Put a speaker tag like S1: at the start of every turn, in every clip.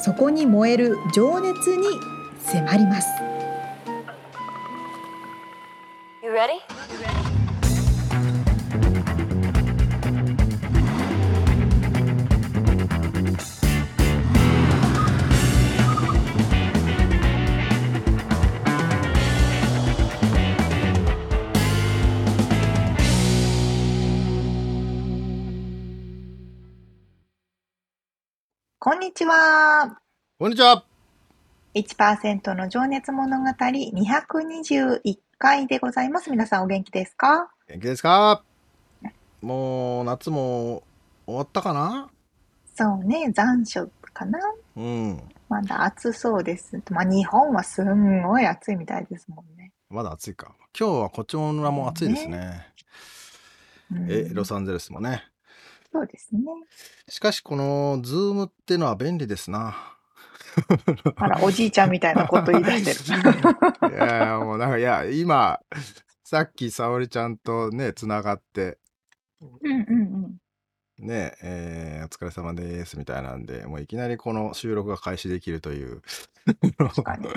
S1: そこに燃える情熱に迫ります
S2: You ready?
S3: こんにちは。
S4: こんにちは。
S3: 1%の情熱物語221回でございます。皆さんお元気ですか
S4: 元気ですかもう夏も終わったかな
S3: そうね、残暑かな
S4: うん。
S3: まだ暑そうです。まあ日本はすんごい暑いみたいですもんね。
S4: まだ暑いか。今日はこっちの村も暑いですね。
S3: うん
S4: え、ロサンゼルスもね。
S3: そうですね。
S4: しかしこのズームってのは便利ですな。
S3: あら、おじいちゃんみたいなこと言い出してる。
S4: いやもうなんかいや今さっき沙織ちゃんとねつながって
S3: うんうんうん。
S4: ねえーお疲れ様ですみたいなんでもういきなりこの収録が開始できるという。
S3: かに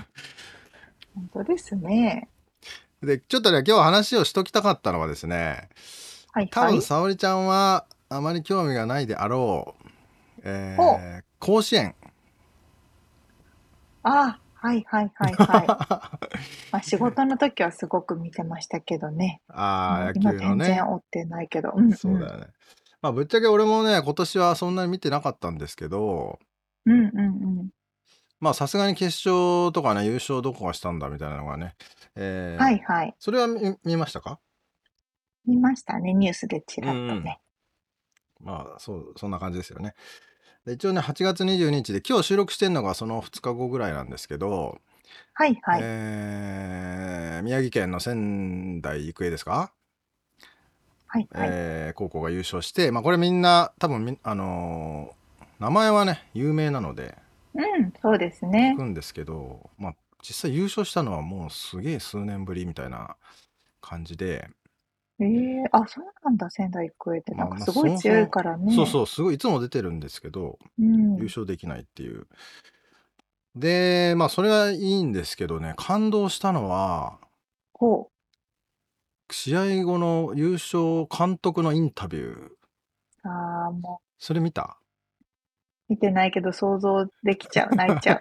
S3: 本当ですね。
S4: でちょっとね今日話をしときたかったのはですね
S3: はい
S4: 多
S3: はい
S4: 分。沙織ちゃんはあまり興味がないであろう、え
S3: ほ
S4: ー、甲子 園
S3: あ、はいはいはい はい。まあ仕事の時はすごく見てましたけどね。
S4: あー
S3: 今
S4: 野球
S3: 全
S4: のね
S3: 然追ってないけど。うんうん、
S4: そうだよね、まあぶっちゃけ俺もね今年はそんなに見てなかったんですけど
S3: うんうんうん。
S4: まあさすがに決勝とかね優勝どこがしたんだみたいなのがね、えー
S3: はいはい。
S4: それは見見ましたか
S3: 見ましたね。ニュースでちらっとね。
S4: まあそうそんな感じですよねで一応ね8月22日で今日収録してるのがその2日後ぐらいなんですけど、
S3: はいはい。
S4: えー宮城県の仙台育英ですか
S3: はいはい。
S4: えー高校が優勝して、まあ、これみんな多分みあのー名前はね有名なので
S3: うん、そうですね
S4: 聞。くんですけど、まあ、実際優勝したのはもうすげえ数年ぶりみたいな感じで、
S3: ええあ、そうなんだ。仙台育英って。
S4: ま
S3: な
S4: あ
S3: んかすごい強いからね。
S4: そうそうすごいいつも出てるんですけど
S3: うん。
S4: 優勝できないっていう。でまあそれはいいんですけどね感動したのは
S3: ほ
S4: 試合後の優勝監督のインタビュー
S3: う。ああ、も
S4: それ見た
S3: う見てないけど想像できちゃう。泣い ちゃう。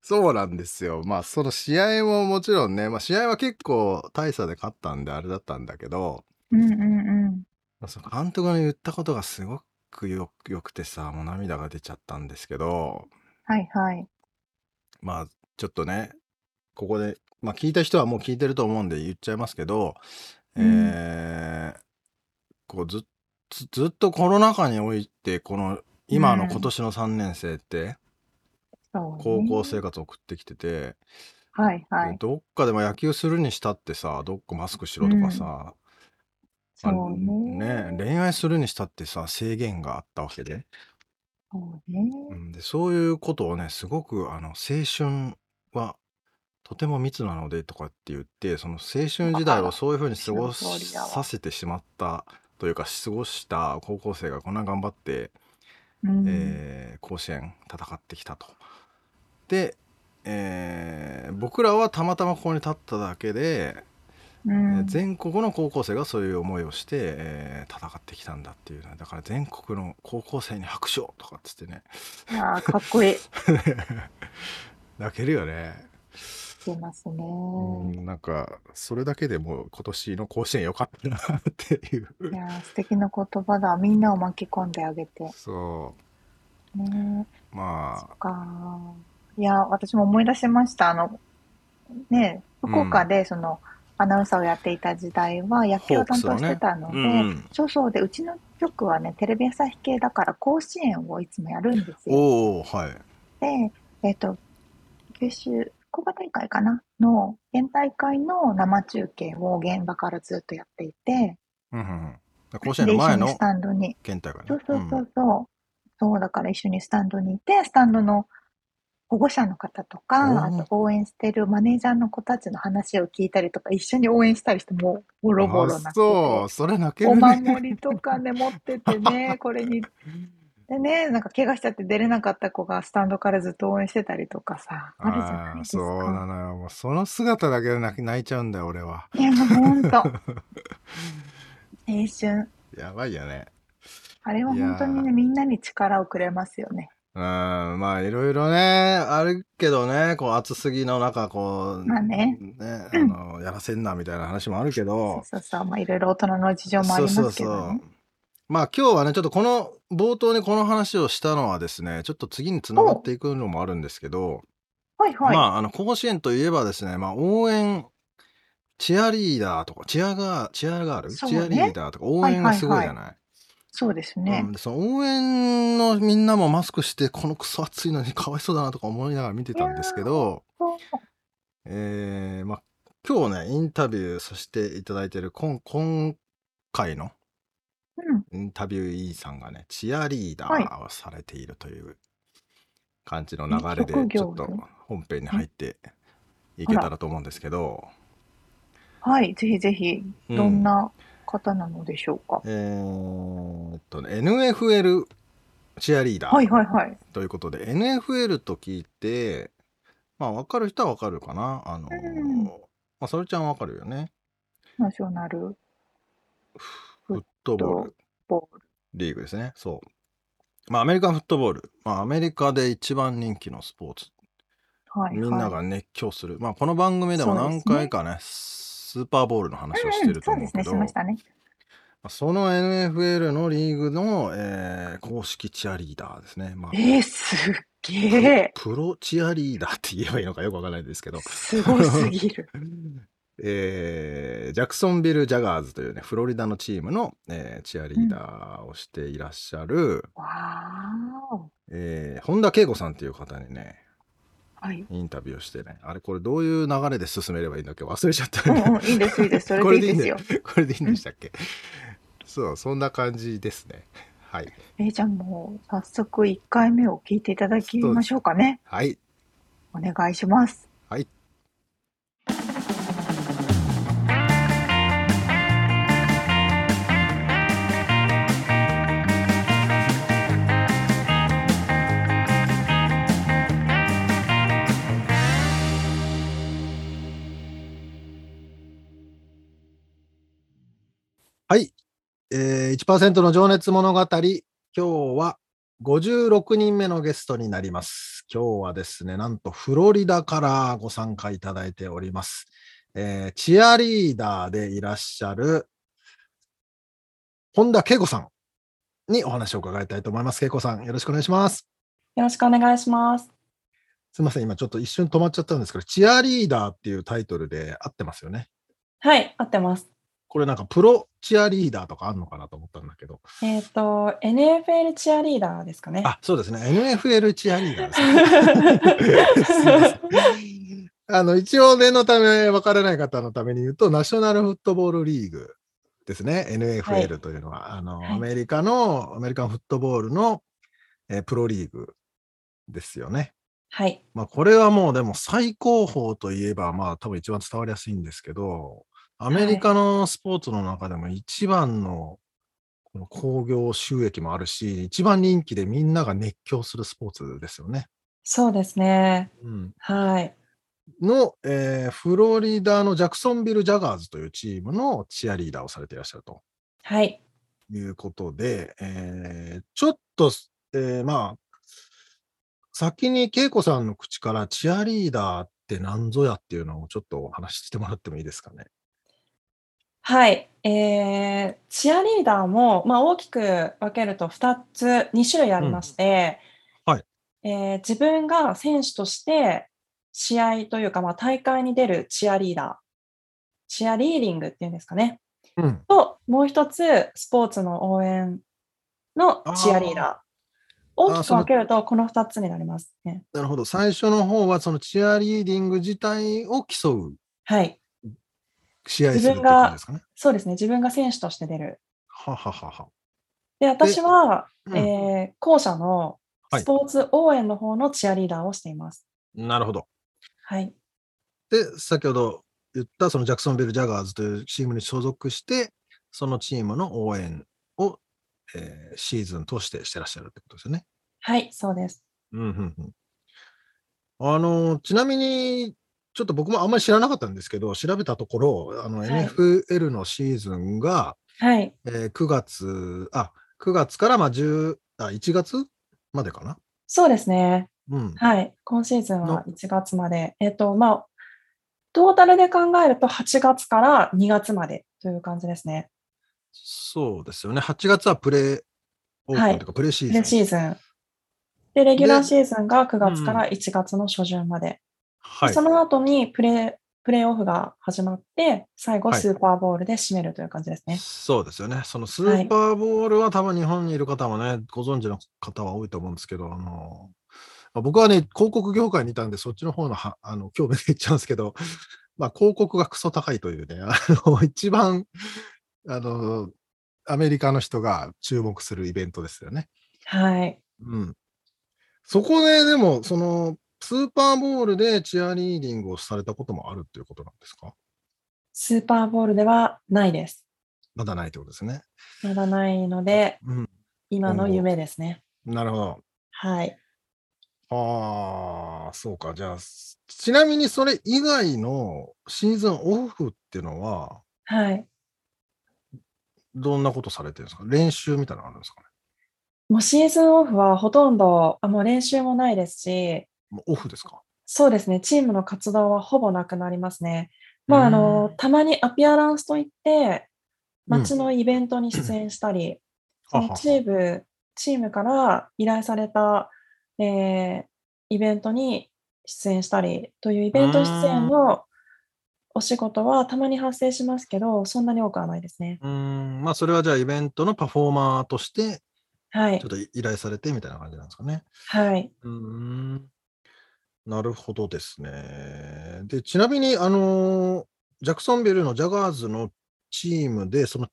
S4: そうなんですよ。まあその試合ももちろんね、まあ、試合は結構大差で勝ったんであれだったんだけど、
S3: うんうんうん。
S4: まあその監督の言ったことがすごくよよくてさもう涙が出ちゃったんですけど
S3: はいはい。
S4: まあちょっとねここで、まあ、聞いた人はもう聞いてると思うんで言っちゃいますけど、
S3: うん
S4: えーこうずっずずっとコロナ禍においてこの今の今年の3年生って
S3: そうね
S4: 高校生活を送ってきてて、
S3: はいはい。
S4: どっかでも野球するにしたってさどっかマスクしろとかさ、
S3: そ
S4: あ
S3: うね。
S4: ね恋愛するにしたってさ制限があったわけで,、
S3: そうね。
S4: うん、でそういうことをねすごくあの青春はとても密なのでとかって言ってその青春時代をそういうふうに過ご
S3: その通りだわ
S4: させてしまったというか過ごした高校生がこんな頑張って、
S3: うん。
S4: えー甲子園戦ってきたと。で、えー僕らはたまたまここに立っただけで
S3: うん
S4: えー全国の高校生がそういう思いをして、えー戦ってきたんだっていうねだから全国の高校生に拍手をとかっつってね
S3: あーかっこいい。
S4: 泣けるよね、
S3: 出ますね。
S4: うんなんかそれだけでもう今年の甲子園良かったなっていう
S3: いやー素敵な言葉だ。みんなを巻き込んであげて。
S4: そ
S3: ねえ
S4: うま
S3: そ
S4: あ
S3: っか。いやー、私も思い出しました。あの、ねえ、福岡でその、アナウンサーをやっていた時代は野球を担当してたので、
S4: うん
S3: そうそうで、うちの局はね、テレビ朝日系だから甲子園をいつもやるんですよ。
S4: おおはい
S3: で、えっ、と、
S5: 九州福岡大会かなの県大会の生中継を現場からずっとやっていて、
S4: うんうんうん。甲子園
S5: で、
S4: の
S5: 一緒
S4: 前
S5: に
S4: の
S5: スタンドに、
S4: 県大会ね。
S5: そうそうそうそう、そうだから一緒にスタンドにいて、スタンドの保護者の方とか、あ
S4: おー
S5: と応援してるマネージャーの子たちの話を聞いたりとか、一緒に応援したりして、もうボ
S4: う
S5: ロ
S4: ん
S5: ボロ
S4: あ
S5: な
S4: そう、それ泣け
S5: お
S4: るね。
S5: 守りとかね、持っててね、こ れに。でね、なんか怪我しちゃって出れなかった子がスタンドからずっと応援してたりとかさ、あるじゃ
S4: あ
S5: ない
S4: ー
S5: です
S4: そうな
S5: か。
S4: のよ。もうその姿だけで泣き泣いちゃうんだよ、俺は。
S5: いや、もうほ んと。青春。
S4: やばいよね。
S5: あれは本当に
S4: い
S5: ね、
S4: や
S5: みんなに力をくれますよね。
S4: うん、まあいろいろね、あるけどね、こう暑すぎの中、こう、
S5: まあね
S4: ねあ の、やらせんなみたいな話もあるけ
S5: そう
S4: ど、
S5: そうそう。まあ、いろいろ大人の事情もありますけどね。
S4: まあ今日はね、ちょっとこの冒頭にこの話をしたのはですね、ちょっと次につながっていくのもあるんですけど、
S5: はいはい。
S4: まああの甲子園といえばですね、まあ応援、チアリーダーとか、チアガー、チアガール、
S5: そう
S4: チ
S5: ね
S4: アリーダーとか、応援がすごいじゃない。
S5: そうですね
S4: うん。でその応援のみんなもマスクして、このクソ暑いのにかわいそうだなとか思いながら見てたんですけど、
S5: そう
S4: えー、まあ、今日ね、インタビューさせていただいてる、今、今回の
S5: うん。
S4: インタビューイーさんがね、チアリーダ
S5: はい
S4: ーをされているという感じの流れで、
S5: 職
S4: ち
S5: 業
S4: ょっと本編に入っていけたらと思うんですけど、
S5: はい。ぜひぜひ、
S4: うん
S5: どんな方なのでしょうか。
S4: えーっとね、NFL チアリーダー。
S5: はいはいはい。
S4: ということで NFL と聞いてまあ分かる人は分かるかなあの、
S5: うん
S4: まあ、それちゃん分かるよね
S5: ナショナル
S4: フットボール
S5: ボール。
S4: リーグですねそうまあアメリカンフットボール、まあ、アメリカで一番人気のスポーツ
S5: はい
S4: みん
S5: は。
S4: ないが熱狂する、まあこの番組でも
S5: そうですね
S4: 何回かねスーパーボールの話をしてると
S5: そう
S4: 思
S5: で
S4: う
S5: す
S4: け
S5: ね、
S4: ど、
S5: しましたね。
S4: まあその NFL のリーグの、えー公式チアリーダーですね、まあ、
S5: えー、すっげえ。
S4: プロチアリーダーって言えばいいのかよくわからないですけど
S5: すごす ぎる。
S4: えージャクソンビル・ジャガーズというね、フロリダのチームの、えーチアリーダーをしていらっしゃる、
S5: わーお。
S4: えー本田圭吾さんという方にね、
S5: はい。
S4: インタビューをしてね、あれこれどういう流れで進めればいいんだっけ忘れちゃった
S5: う
S4: よね
S5: んうん、いいです、い いです。それでいいですよ
S4: こ。れでいいんでしたっけそう、そんな感じですね。はい。
S5: えーじゃあもう、早速1回目を聞いていただきましょうかね。
S4: はい。
S5: お願いします。
S4: はい。はい。えー、1%の情熱物語。今日は56人目のゲストになります。今日はですね、なんとフロリダからご参加いただいております。えーチアリーダーでいらっしゃる本田恵子さんにお話を伺いたいと思います。恵子さん、よろしくお願いします。
S2: よろしくお願いします。
S4: すいません、今ちょっと一瞬止まっちゃったんですけど、チアリーダーっていうタイトルで合ってますよね。
S2: はい、合ってます。
S4: これなんかプロチアリーダーとかあんのかなと思ったんだけど。
S2: えっ、と、NFL チアリーダーですかね。
S4: あ、そうです ね。NFL チアリーダーですね。すいま
S2: は
S4: せん あの一応念のため分からない方のために言うとナショナルフットボールリーグですね NFL というのは、あの
S2: はい
S4: アメリカのアメリカンフットボールの、えープロリーグですよね。
S2: い、
S4: まあ、これはもうでも最高峰といえばまあ多分一番伝わりやすいんですけどアメリカのスポーツの中でも一番のこの興行収益もあるし一番人気でみんなが熱狂するスポーツですよね。
S2: そうですね。
S4: うん、
S2: はい、
S4: の、えーフロリダのジャクソンビル・ジャガーズというチームのチアリーダーをされていらっしゃると
S2: はい、
S4: いうことで、えーちょっと、えーまあ、先に恵子さんの口からチアリーダーって何ぞやっていうのをちょっとお話ししてもらってもいいですかね。
S2: はい。えーチアリーダーも、まあ、大きく分けると2つ、2種類ありまして、
S4: うんはい
S2: えー自分が選手として試合というか、まあ、大会に出るチアリーダー、チアリーディングっていうんですかね。
S4: うん、
S2: と、もう一つ、スポーツの応援のチアリーダ大きく分けると、この2つになりますね。
S4: なるほど。最初の方は、そのチアリーディング自体を競う
S2: はい。
S4: 試合するってことですかね。
S2: そうですね。自分が選手として出る。
S4: はははは。
S2: で、私は、
S4: うん
S2: えー校舎の
S4: はい
S2: スポーツ応援の方のチアリーダーをしています。
S4: なるほど。
S2: はい。
S4: で、先ほど言った、そのジャクソンビル・ジャガーズというチームに所属して、そのチームの応援を、えーシーズン通してしてらっしゃるってことですよね。
S2: はい、そうです。
S4: うんうんうん。あの、ちなみに、ちょっと僕もあんまり知らなかったんですけど、調べたところ、あの、
S2: い
S4: NFL のシーズンが、
S2: はい。
S4: えー9月、あ、9月からまあ10あ、1月までかな。
S2: そうですね。
S4: うん。
S2: はい。今シーズン
S4: の
S2: は1月まで。えっ、と、まあ、トータルで考えると8月から2月までという感じですね。
S4: そうですよね。8月はプレーオープンというか、プレーシー
S2: プ
S4: ズ
S2: レ
S4: ン。
S2: シーズン。で、レギュラーシーズンが9月から1月の初旬まで。
S4: はい
S2: そ。の後にプレープレーオフが始まって、最後
S4: はい
S2: スーパーボールで締めるという感じですね。
S4: そうですよね。そのスーパーボールは多分日本にいる方もね、ご存知の方は多いと思うんですけど、あの、まあ僕はね、広告業界にいたんで、そっちの方のはあの興味で言っちゃうんですけど、 まあ、広告がクソ高いというね、 あの、一番、あの、アメリカの人が注目するイベントですよね。
S2: はい。
S4: うん。そこで、でも、その、スーパーボールでチアリーディングをされたこともあるっていうことなんですか
S2: スーパーボールではないです。
S4: まだないってことですね。
S2: まだないので、
S4: うん。
S2: 今の夢ですね。
S4: なるほ
S2: はい。
S4: ど。ああ、そうか。じゃあ、すちなみにそれ以外のシーズンオフっていうのは、
S2: はい。
S4: どんなことされてるんですか練習みたいなのあるんですかね
S2: もうシーズンオフはほとんど、あもう練習もないですし、
S4: もうオフですか
S2: そうですね、チームの活動はほぼなくなりますね。まあ、あの、たまにアピアランスといって、
S4: うん
S2: 街のイベントに出演したり、そ
S4: はは
S2: のチーム、チームから依頼された、えーイベントに出演したりというイベント出演のお仕事はたまに発生しますけど、そんなに多くはないですね。
S4: うーん。まあ、それはじゃあイベントのパフォーマーとして、
S2: は
S4: ち
S2: い
S4: ょっ。と依頼されてみたいな感じなんですかね。
S2: はい。
S4: うーんなるほどですね。で、ちなみに、あのージャクソンビルのジャガーズのチームで、その、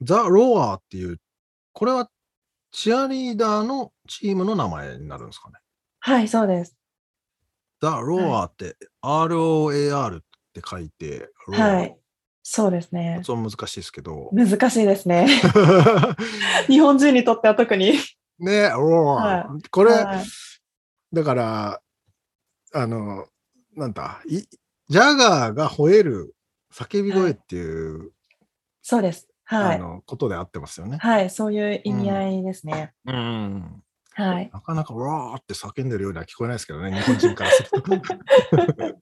S4: ザ・ロアーっていう、これはチアリーダーのチームの名前になるんですかね。
S2: はい、そうです。
S4: ザ・ロアーって、ROAR って書いて、ロア
S2: は
S4: ー
S2: い。そうですね。
S4: 発音難しいですけど、
S2: 難しいですね。 日本人にとっては特に。
S4: ね、ロアー。こ
S2: こ
S4: れ、だから、あの、なんだ、いジャガーが吠える叫び声っていう、
S2: そうです。は
S4: あ
S2: い。
S4: のことであってますよね。
S2: はい、そういう意味合いですね。
S4: うん、
S2: はい。
S4: なかなかわーって叫んでるようには聞こえないですけどね、日本人からする と。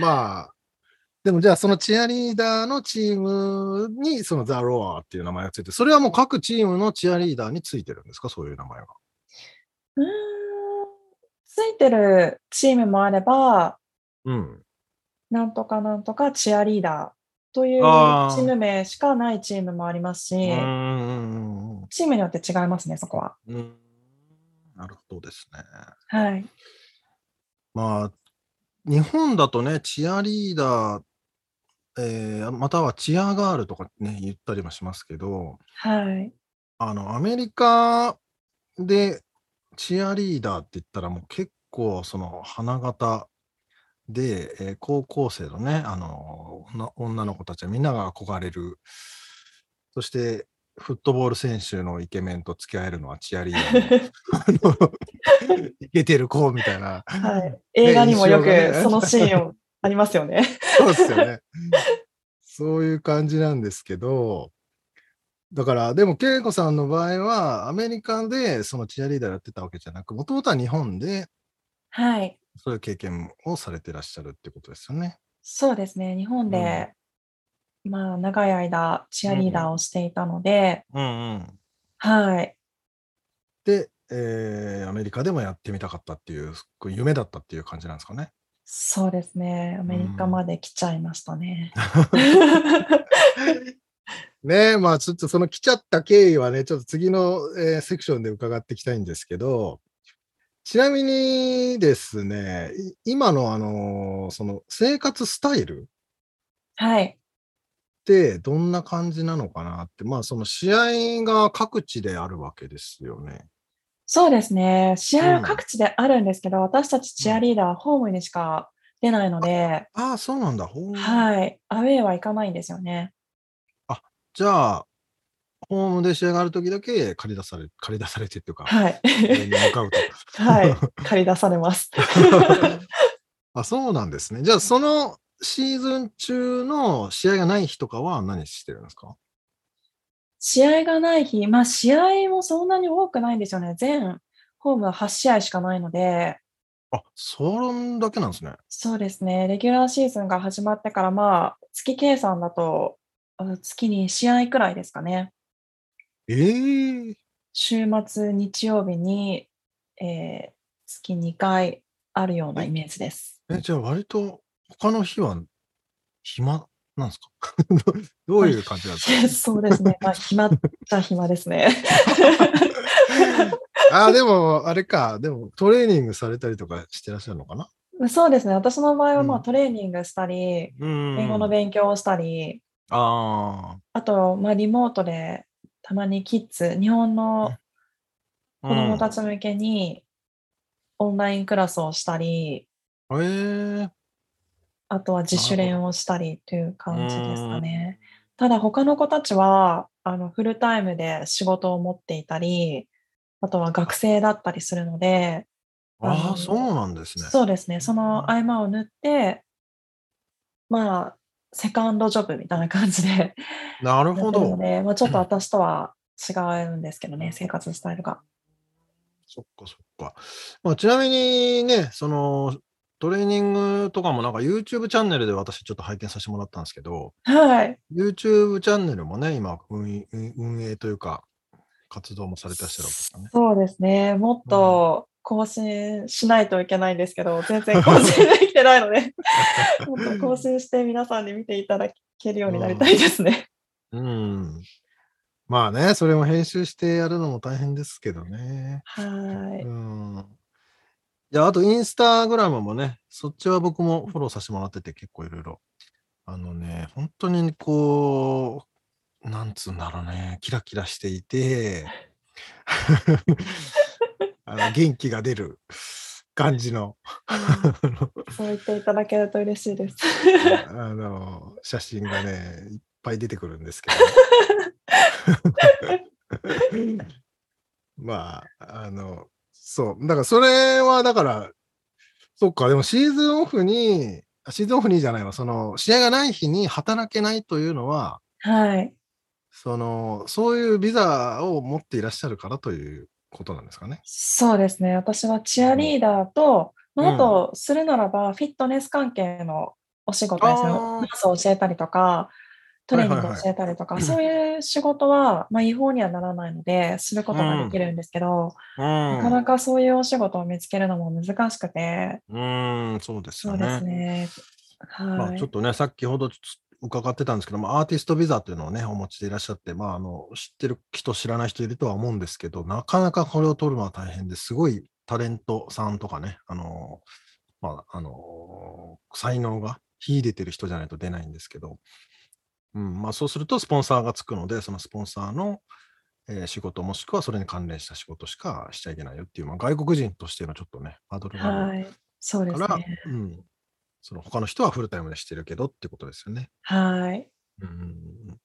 S4: まあ、でもじゃあそのチアリーダーのチームにそのザ・ロアーっていう名前がついて、それはもう各チームのチアリーダーについてるんですか、そういう名前が。
S2: うーんついてるチームもあれば、
S4: うん。
S2: なんとかなんとかチアリーダーという
S4: あー
S2: チーム名しかないチームもあります
S4: う
S2: し、
S4: んうん
S2: チームによって違いますね、そこは。
S4: うんうん。なるほどですね。
S2: はい。
S4: まあ、日本だとね、チアリーダー、えーまたはチアガールとかね、言ったりもしますけど、
S2: はい。
S4: あの、アメリカでチアリーダーって言ったらもう結構その花形で、えー高校生のね、あの、女女の子たちはみんなが憧れる。そして、フットボール選手のイケメンと付き合えるのはチアリーダーのあの、イケてる子みたいな。
S2: はい、映画にもよ
S4: 印象が
S2: く
S4: ね
S2: そのシーンありますよね。
S4: そうですよね。そういう感じなんですけど、だから、でも、恵子さんの場合は、アメリカでそのチアリーダーやってたわけじゃなく、もともとは日本で
S2: はい。
S4: そういう経験をされてらっしゃるってことですよね。
S2: そうですね、日本で、まあ、長い間、チアリーダーをしていたので、
S4: うんうん。
S2: はい、
S4: で、えーアメリカでもやってみたかったっていう、こう夢だったっていう感じなんですかね。
S2: そうですね、アメリカまで来ちゃいましたね。
S4: ねえ、まあちょっとその来ちゃった経緯はね、ちょっと次の、えーセクションで伺っていきたいんですけど、ちなみにですね、い今のあのーその生活スタイル
S2: はい。
S4: ってどんな感じなのかなって、まあその試合が各地であるわけですよね。
S2: そうですね。試合
S4: う
S2: は
S4: ん
S2: 各地であるんですけど、私たちチアリーダー、ホームにしか出ないので、
S4: ああ、そうなんだ。ほう
S2: はい。アウェーは行かないんですよね。
S4: じゃあ、ホームで試合があるときだけ借り出され、借り出されてっていうか、
S2: はい。
S4: 応援に向かうと。
S2: はい。借り出されます。
S4: あ、そうなんですね。じゃあ、そのシーズン中の試合がない日とかは何してるんですか
S2: 試合がない日、まあ試合もそんなに多くないんですよね。全ホームは8試合しかないので、
S4: あ、そんだけなんですね。
S2: そうですね。レギュラーシーズンが始まってから、まあ月計算だと、あ月に試合くらいですかね。
S4: ええ
S2: 週末日曜日に、えー月2回あるようなイメージです。
S4: え、じゃあ、割と他の日は暇なんですか どういう感じなん です か
S2: そうですね。まあ、暇っちゃ暇ですね。
S4: あ、でも、あれか。でも、トレーニングされたりとかしてらっしゃるのかな
S2: そうですね。私の場合は、まあ、
S4: うん
S2: トレーニングしたり、
S4: うん
S2: 英語の勉強をしたり、
S4: あ
S2: あと、まあ、リモートで、たまにキッズ、日本の
S4: あ。
S2: 子供た
S4: ち。
S2: ち向けに、オンラインクラスをしたり、
S4: ええ
S2: あとは自主
S4: なる
S2: 練をしたりという感じですかね。ただ他の子たちはあのフルタイムで仕事を持っていたり、あとは学生だったりするので、あ
S4: あ
S2: の
S4: あ、そうなんですね。
S2: そうですね、その合間を縫って、まあ、セカンドジョブみたいな感じでやって
S4: なる
S2: る
S4: ほど
S2: の。で、まあ、ちょっと私とは違うんですけどね、生活スタイルが。
S4: そっかそっか。まあ、ちなみにね、そのトレーニングとかもなんか YouTube チャンネルで私ちょっと拝見させてもらったんですけど、
S2: はい、
S4: YouTube チャンネルもね、今運営運営というか活動もされてらっしゃるわけですかね。
S2: そうですね、もっと更新しないといけないんですけど、全然更新できてないの で、もっと更新して皆さんに見ていただけるようになりたいですね。
S4: うん。まあね、それも編集してやるのも大変ですけどね。
S2: はい。
S4: うん。いや、あとインスタグラムもね、そっちは僕もフォローさせてもらってて結構いろいろ。あのね、本当にこう、なんつうんだろうね、キラキラしてい て、あの元気が出る感じの
S2: そう言っていただけると嬉しいです。
S4: あの写真がね、いっぱい出てくるんですけど。まあ、あの、そう。だからそれは、だから、そっか、でもシーズンオフに、あシーズンオフにじゃないわ、その、試合がない日に働けないというのは、
S2: はい。
S4: その、そういうビザを持っていらっしゃるからということなんですかね。
S2: そうですね。私はチアリーダーと、
S4: うん
S2: まああと、するならば、フィットネス関係のお仕事ですね。
S4: あー
S2: ナースを教えたりとか、トレーニングを教えたりとか、
S4: はいはい
S2: そういう仕事は、まあ、違法にはならないので、することができるんですけど、なかなかそういうお仕事を見つけるのも難しくて、
S4: うん、そうです
S2: そ
S4: よ
S2: う
S4: ね。
S2: ですね。はい。
S4: まあ、ちょっとね、さっきほどつ伺ってたんですけども、アーティストビザというのをね、お持ちでいらっしゃって、まあ、あの知ってる人、知らない人いるとは思うんですけど、なかなかこれを取るのは大変ですごいタレントさんとかね、あのまああの才能が秀でてる人じゃないと出ないんですけど、うんまあ、そうするとスポンサーがつくので、そのスポンサーの、えー仕事もしくはそれに関連した仕事しかしちゃいけないよっていう、まあ、外国人としてのちょっとね、ハードルがある
S2: はい、そうで
S4: か
S2: す
S4: ら、
S2: ね。
S4: うん、その他の人はフルタイムでしてるけどってことですよね。
S2: はい。
S4: うん、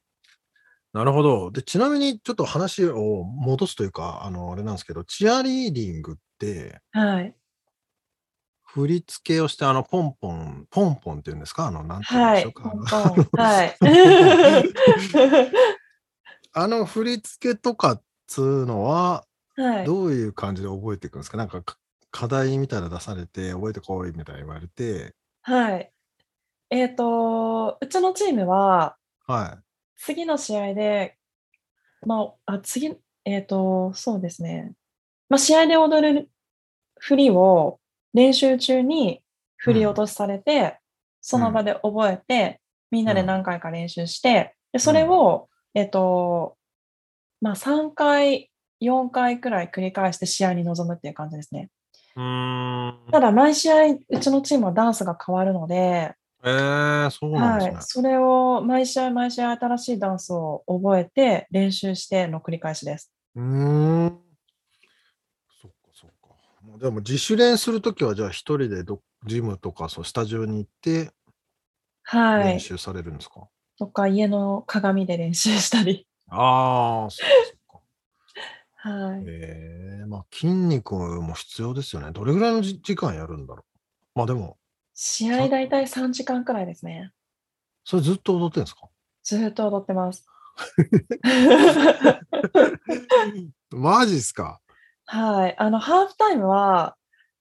S4: なるほど。で、ちなみにちょっと話を戻すというか、あの、あれなんですけど、チアリーディングって、
S2: はい。
S4: 振り付けをして、あの、ポンポン、ポンポンっていうんですかあの、なんて言うん
S2: は
S4: でしょう
S2: い。
S4: か。
S2: ポ
S4: あ
S2: ン
S4: の
S2: ポン。はい。
S4: あの振り付けとかっつうのは、
S2: はい。
S4: どういう感じで覚えていくんですか、なんかか課題みたいなの出されて、覚えてこいみたいな言われて、
S2: はい。えっ、と、うちのチームは、
S4: は
S2: 次の試合で、まあ、あ次、えっ、と、そうですね。まあ、試合で踊る振りを、練習中に振り落としされて、その場で覚えて、みんなで何回か練習して、でそれを、えっと、まあ、3回、4回くらい繰り返して試合に臨むっていう感じですね。
S4: うーん。
S2: ただ、毎試合、うちのチームはダンスが変わるので、
S4: えー、そうなん
S2: はい
S4: で、す
S2: それを毎試合毎試合新しいダンスを覚えて練習しての繰り返しです。
S4: ね。うーん。そっかそっか。もうでも自主練するときは、じゃあ一人でどジムとかそうスタジオに行って
S2: は
S4: 練
S2: い。
S4: 習されるんですか、
S2: とか家の鏡で練習したり。
S4: ああ、そっかそ っか。
S2: はい。
S4: ええまあ筋肉も必要ですよね。どれぐらいのじ時間やるんだろう。まあでも、
S2: 試合大体3時間くらいですね。
S4: それずっと踊ってるんですか
S2: ずっと踊ってます。
S4: マジっすか
S2: はい。あの、ハーフタイムは、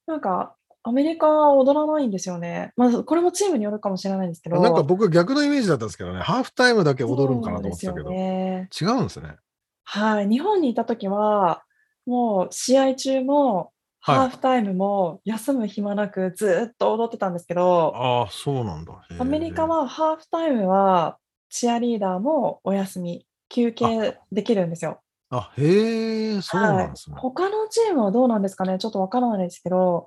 S2: なんか、アメリカは踊らないんですよね。まあ、これもチームによるかもしれないんですけど。
S4: なんか僕逆のイメージだったんですけどね、ハーフタイムだけ踊るんかなと思ってたけ
S2: そ
S4: ど、
S2: うですよね。
S4: 違うんですね。
S2: はい、日本にいた時は、もう試合中も、
S4: はい
S2: ハーフタイムも休む暇なくずっと踊ってたんですけど、
S4: ああ、そうなんだ。へー
S2: アメリカ、はハーフタイムはチアリーダーもお休み、休憩できるんですよ。
S4: あへえ、そうなんですね。
S2: 他のチームはどうなんですかね、ちょっとわからないですけど、う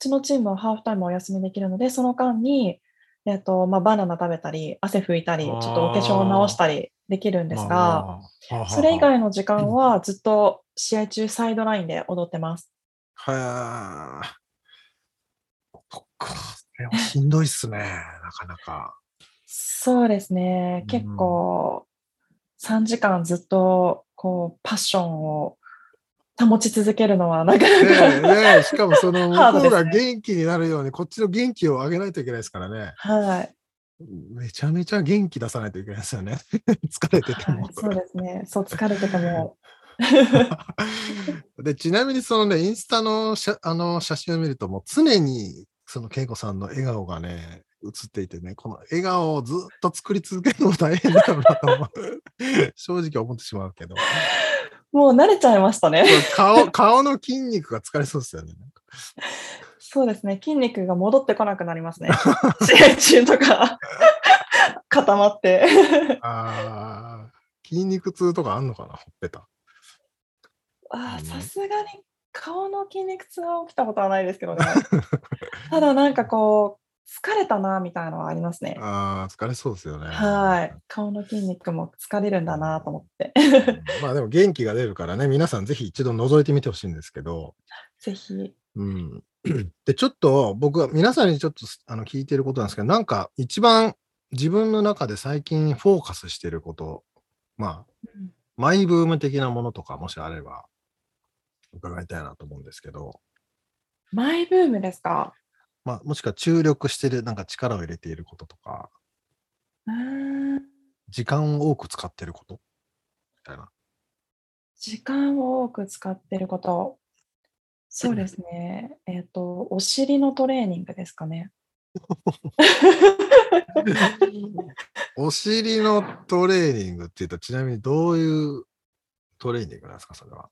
S2: ちのチームはハーフタイムはお休みできるので、その間に、えっとまあ、バナナ食べたり、汗拭いたり、ちょっとお化粧を直したりできるんですが。
S4: まあまあ
S2: それ以外の時間はずっと試合中サイドラインで踊ってます。
S4: はあ。そっか、それはしんどいっすね、なかなか。
S2: そうですね
S4: うん。
S2: 結構3時間ずっとこうパッションを保ち続けるのはなか
S4: ね
S2: な
S4: え
S2: か、
S4: ねえしかもその
S2: ハー
S4: 向
S2: ド
S4: こ
S2: で
S4: う
S2: すね
S4: が元気になるように、こっちの元気を上げないといけないですからね。
S2: はい、
S4: めちゃめちゃ元気出さないといけないですよね。 疲れてて
S2: は
S4: も
S2: い。。そうですね。そう疲れてても。
S4: でちなみにそのねインスタの写あの写真を見るともう常にその恵子さんの笑顔がね映っていてねこの笑顔をずっと作り続けるのも大変だろうなと思う 正直思ってしまうけど
S2: もう慣れちゃいましたね。
S4: 顔顔の筋肉が疲れそうですよね。
S2: そうですね。筋肉が戻ってこなくなります ね。試合中とか固まって。
S4: あー筋肉痛とかあんのかなほっぺた。
S2: あー
S4: うん
S2: さすがに顔の筋肉痛は起きたことはないですけど ね。ただなんかこう、疲れたなみたいなのはありますね。
S4: あー疲れそうですよね。
S2: はい。顔の筋肉も疲れるんだなと思 って。
S4: うんまあでも元気が出るからね皆さんぜひ一度覗いてみてほしいんですけど。
S2: ぜひ。
S4: うん、 でちょっと僕は皆さんにちょっとあの聞いてることなんですけどなんか一番自分の中で最近フォーカスしてることまあ
S2: うん
S4: マイブーム的なものとかもしあれば伺いたいなと思うんですけど、
S2: マイブームですか
S4: まあ、もしくは注力してるなんか力を入れていることとか
S2: うーん
S4: 時間を多く使ってることみ たいな。
S2: 時間を多く使ってること。そうですね。えっ、と、お尻のトレーニングですかね。
S4: お尻のトレーニングっていうとちなみにどういうトレーニングなんですかそれは。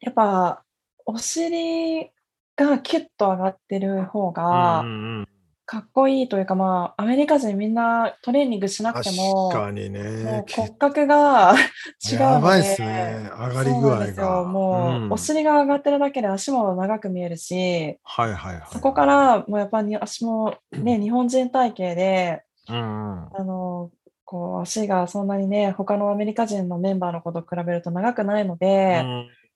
S2: やっぱ、お尻がキュッと上がってる方が、
S4: うんうん
S2: かっこいいというか、まあ、アメリカ人みんなトレーニングしなくても、
S4: 確かにね
S2: もう骨格が 違うので、
S4: やばいっすね。上がり
S2: そう
S4: 具
S2: なん
S4: 合
S2: ですよ。
S4: が。
S2: もう、
S4: ん
S2: お尻が上がってるだけで足も長く見えるし、
S4: はいはいはい。
S2: そこか、ら、もうやっぱり足もね、日本人体型で、
S4: うんうん、
S2: あの、こう、足がそんなにね、他のアメリカ人のメンバーの子と比べると長くないので、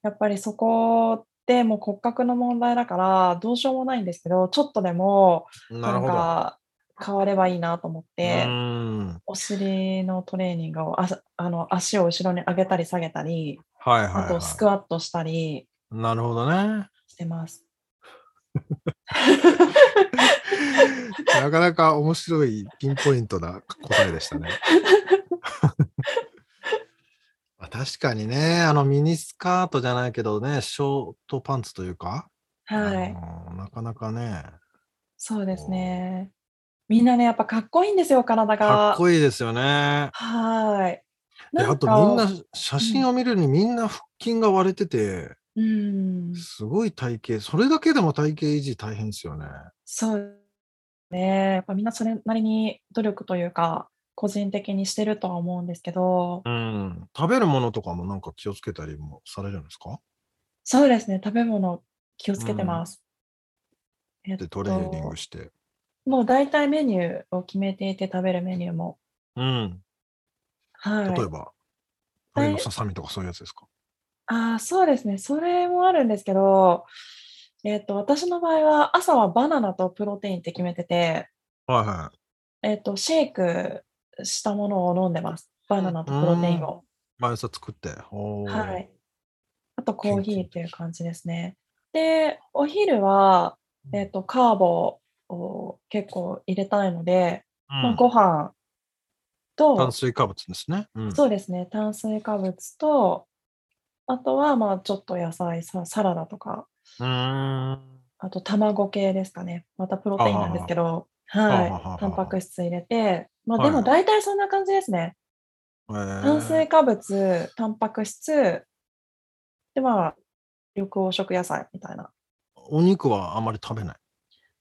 S2: やっぱりそこってもう骨格の問題だから、どうしようもないんですけど、ちょっとでも、
S4: うんな
S2: な
S4: る
S2: ん
S4: ほど。
S2: か変わればいいなと思っ
S4: う
S2: て、
S4: ん
S2: お尻のトレーニングをああの足を後ろに上げたり下げたり、
S4: はいはい、
S2: あとス
S4: は
S2: クワットしたり
S4: い。なるほどね。
S2: してます。
S4: なかなか面白いピンポイントな 答えでしたね。まあ確かにね、あのミニスカートじゃないけどね、ショートパンツというか、
S2: はい、
S4: あのなかなかね、
S2: そうですね。みんなね、やっぱかっこいいんですよ、体が。
S4: かっこいいですよね。
S2: はい。
S4: で、
S2: な
S4: あ
S2: ん
S4: と
S2: か
S4: みんな写真を見るにみんな腹筋が割れてて、
S2: うん、
S4: すごい体型、それだけでも体型維持大変ですよね。
S2: そうね。やっぱみんなそれなりに努力というか、個人的にしてるとは思うんですけど、
S4: うん。食べるものとかもなんか気をつけたりもされるんですか
S2: そうですね、食べ物気をつけてます。えっ
S4: で、
S2: と
S4: トレーニングして。
S2: もう大体メニューを決めていて食べるメニューも。
S4: うん。
S2: はい、
S4: 例えば、鳥のささみとかそういうやつですか
S2: ああ、そうですね。それもあるんですけど、えっと、私の場合は朝はバナナとプロテインって決めてて、
S4: はいは
S2: えっと、シェイクしたものを飲んでます。バナナとプロテインを。
S4: い。毎朝作って。おー
S2: はい。あとコーヒ
S4: 健
S2: ー
S4: 康
S2: っていう感じですね。で、お昼は、えっと、カーボを結構入れたいので、
S4: うん
S2: まあ、ご飯と、
S4: 炭水化物ですね。うん。
S2: そうですね、炭水化物と、あとはまあちょっと野菜さ、サラダとか、
S4: うーん。
S2: あと卵系ですかね、またプロテインなんですけど、
S4: はあはあは
S2: は
S4: あ
S2: い、タンパク質入れて、まあ
S4: はい
S2: でも大体そんな感じですね。
S4: えー
S2: 炭水化物、タンパク質、でまあ緑黄色野菜みたいな。
S4: お肉はあまり食べない。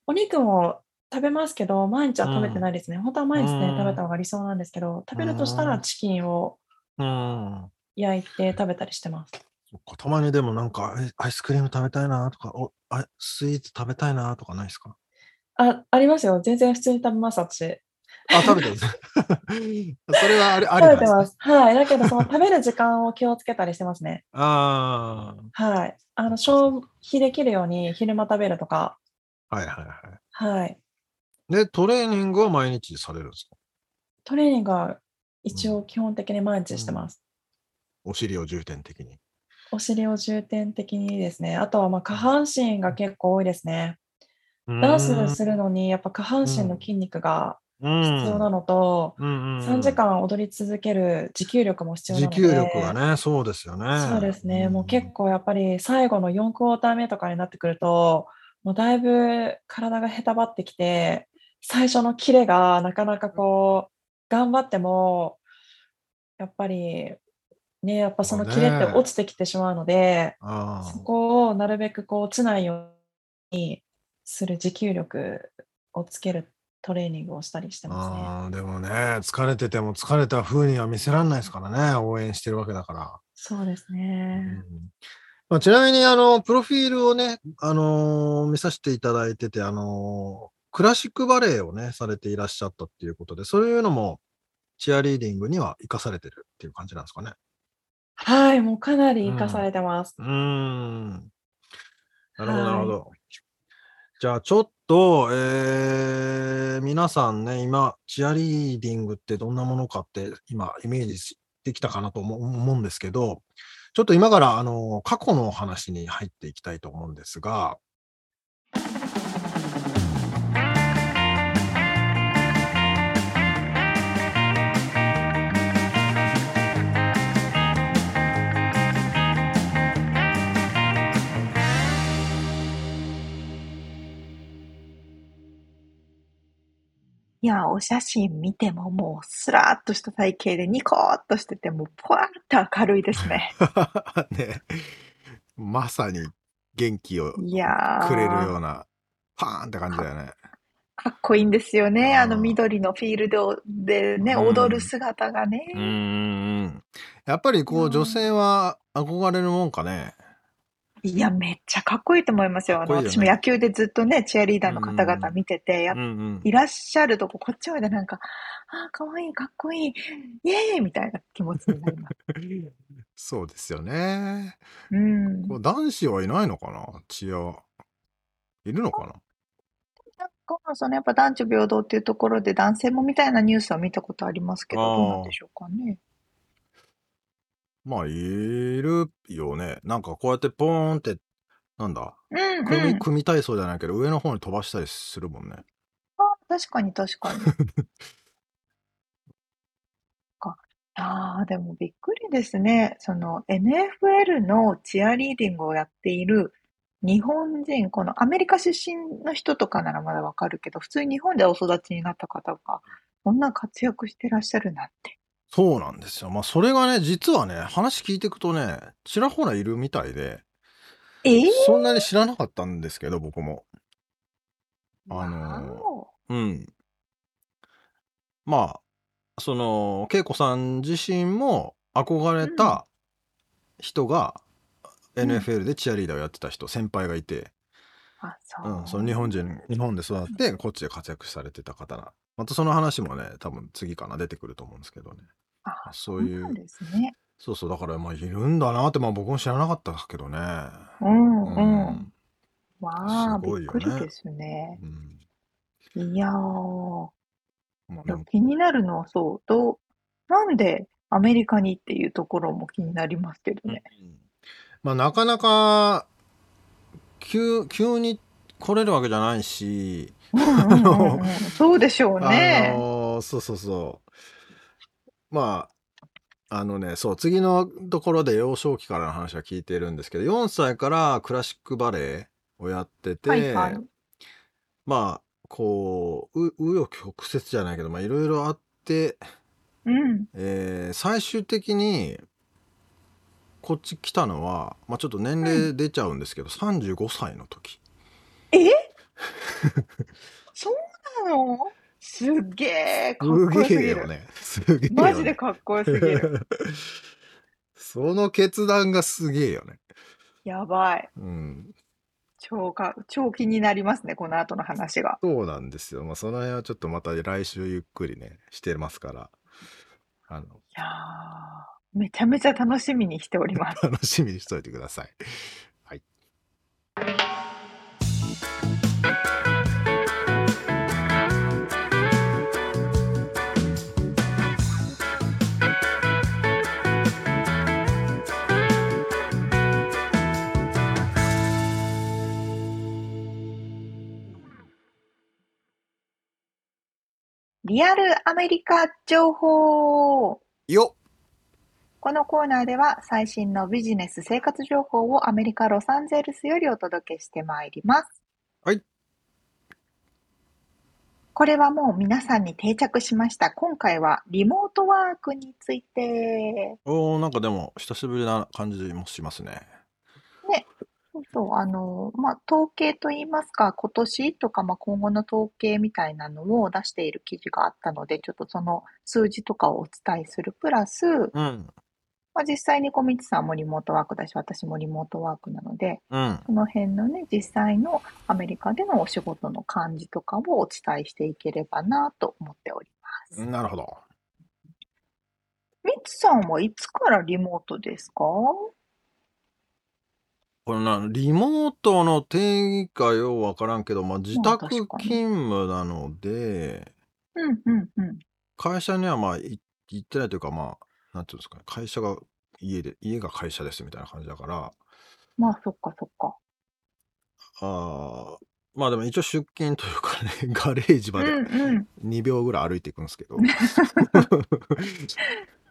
S2: お肉も食べますけど、毎日は食べてないですね。本当は毎日ね
S4: う、ん
S2: 食べた方が理想なんですけど、食べるとした
S4: う
S2: ら
S4: ん
S2: チキンを
S4: うん。
S2: 焼いて食べたりしてます。
S4: そっかたまにでもなんかえアイスクリーム食べたいなとかおあスイーツ食べたいなとかないですか
S2: あ、ありますよ。全然普通に食べます、私。
S4: あ食べてる それはあれあり
S2: 食べ
S4: なん
S2: て
S4: ですね
S2: ます。はい。だけど、その食べる時間を気をつけたりしてますね。
S4: あ
S2: はい。あの、消費できるように昼間食べるとか。
S4: あはいはいは
S2: はい。
S4: いでトレーニングは毎日されるんですか
S2: トレーニングは一応基本的に毎日してます。
S4: お尻を重点的に
S2: お尻を重点的にですね。あとは、まあ、下半身が結構多いですね。ダンスするのに、やっぱ下半身の筋肉が必要な
S4: の、
S2: のと、
S4: うんうんうん
S2: 3時間踊り続ける持久力も必要な
S4: 持
S2: ので。
S4: 久力がねそうですよね
S2: そうですね、もう結
S4: 構
S2: 構やっぱり最後の4クォーター目とかになってくると、もうだいぶ体がへたばってきて、最初のキレがなかなかこう、頑張っても、やっぱり、ね、やっぱそのキレって
S4: まあね
S2: 落ちてきてしまうので、
S4: あ
S2: そ
S4: ー
S2: こをなるべくこう落ちないようにする持久力をつけるトレーニングをしたりしてますね。
S4: あーでもね疲れてても疲れた風には見せられないですからね応援してるわけだから
S2: そうです
S4: う
S2: ね。
S4: んまあ、ちなみに、あの、プロフィールをね、あのー見させていただいてて、あのークラシックバレエをね、されていらっしゃったっていうことで、そういうのも、チアリーディングには生かされてるっていう感じなんですかね。
S2: はい、もうかなり生かされてます。
S4: うーん。なるほど、
S2: はい
S4: なるほど。じゃあ、ちょっと、えー皆さんね、今、チアリーディングってどんなものかって、今、イメージできたかなと思う思うんですけど、ちょっと今から、あの、過去のお話に入っていきたいと思うんですが、
S5: いや、お写真見てももうスラーっとした体型でニコーっとしてて、もうぽわーっと明るいです ね。
S6: ね、まさに元気を
S5: いやー
S6: くれるような、パーンって感じだよね。
S5: かっこいいんですよね。あの
S6: うん
S5: 緑のフィールドでね、
S6: うん
S5: 踊る姿がね。
S6: うんうんうん。やっぱりこ
S5: うん
S6: う女性は憧れるもんかね。
S5: いや、めっちゃかっこいいと思いますよ。あの、
S6: かっこいいよね
S5: 私も野球でずっとね、チアリーダーの方々見てて、やっ
S6: うんうん。
S5: いらっしゃるとこ、こっちまでなんか、ああ、かわいい、かっこいい、イエーイみたいな気持ちになります。
S6: そうですよね。
S5: うん。
S6: こう男子はいないのかなチア。いるのかな
S5: なんか、そのやっぱ男女平等っていうところで男性もみたいなニュースは見たことありますけ
S6: あ
S5: ど、
S6: ー
S5: どうなんでしょうかね。
S6: まあ、いるよね。なんかこうやってポーンって、なんだ、
S5: うん、う
S6: 組
S5: ん。
S6: 組体操じゃないけど、上の方に飛ばしたりするもんね。
S5: あー確かに確かに。かああ、でもびっくりですね。その NFL のチアリーディングをやっている日本人、このアメリカ出身の人とかならまだわかるけど、普通に日本でお育ちになった方が、そんな活躍してらっしゃるなんて。
S6: そうなんですよ。まあ、それがね、実はね、話聞いていくとね、ちらほらいるみたいで、
S5: ええ
S6: そんなに知らなかったんですけど、僕も。あの
S5: わお
S6: うん。まあ、
S4: その恵子さん自身も憧れた人が、
S3: ん
S4: NFL でチアリーダーをやってた人先輩がいて、
S3: あ、そう
S4: うん。その日本人日本で育ってこっちで活躍されてた方なまたその話もね多分次かな出てくると思うんですけどね
S3: あ
S4: そうい
S3: そう
S4: う
S3: なんですね。
S4: そうそうだからまあいるんだなってまあ僕も知らなかったけどね
S3: うん
S4: う
S3: うん。
S4: ん
S3: わあ、
S4: すごい
S3: びっ
S4: よ
S3: く
S4: ね
S3: りですね。
S4: うん
S3: いやー、
S4: まあ
S3: で
S4: で
S3: も
S4: も
S3: 気になるのはそう、どう、なんでアメリカにっていうところも気になりますけ どね。
S4: まあなかなか急急に来れるわけじゃないし
S3: うんうんうんうんそうでしょう
S4: あ
S3: ね。
S4: のーそうそうそう。まあ、あのね、そう、次のところで幼少期からの話は聞いてるんですけど、4歳からクラシックバレエをやってて、
S3: はいはい。
S4: まあ、こう、う紆余曲折じゃないけど、まあ、いろいろあって、
S3: うん。
S4: えー最終的に、こっち来たのは、まあ、ちょっと年齢出ちゃうんですけど、35歳の時。
S3: そうなのすっげえ、かっ
S4: す
S3: こよす
S4: げえ
S3: ぎ
S4: よ
S3: る。
S4: ね。すげえよね。
S3: マジでかっこよすぎ る。
S4: その決断がすげえよね。
S3: やばい。
S4: うん、
S3: 超か、超気になりますね、この後の話が。
S4: そうなんですよ。まあ、その辺はちょっとまた来週ゆっくりね、してますから、あの、
S3: い やー、めちゃめちゃ楽しみにしております。
S4: 楽しみにしといてください。はい。
S3: リアルアメリカ情報
S4: よっ
S3: このコーナーでは最新のビジネス生活情報をアメリカ・ロサンゼルスよりお届けしてまいります。
S4: はい。
S3: これはもう皆さんに定着しました。今回はリモートワークについて。
S4: おーなんかでも、久しぶりな感じもしますね。
S3: そうそう、あの、まあ、統計といいますか、今年とか、まあ、今後の統計みたいなのを出している記事があったので、ちょっとその数字とかをお伝えするプラス、
S4: うん。
S3: まあ、実際に小道さんもリモートワークだし、私もリモートワークなので、
S4: うん。
S3: その辺のね、実際のアメリカでのお仕事の感じとかをお伝えしていければなと思っております。
S4: なるほど。
S3: ミツさんはいつからリモートですか
S4: これな、リモートの定義かようわからんけど、まあ、自
S3: まあ
S4: 宅
S3: 確かに
S4: 勤務なので、
S3: うんうんうん。
S4: 会社にはまあい行ってないというかまあなんていうんですかね会社が家で家が会社ですみたいな感じだから
S3: まあそっかそっか。
S4: あーまあでも一応出勤というかね ガレージまで
S3: うんうん。
S4: 2秒ぐらい歩いていくんですけど、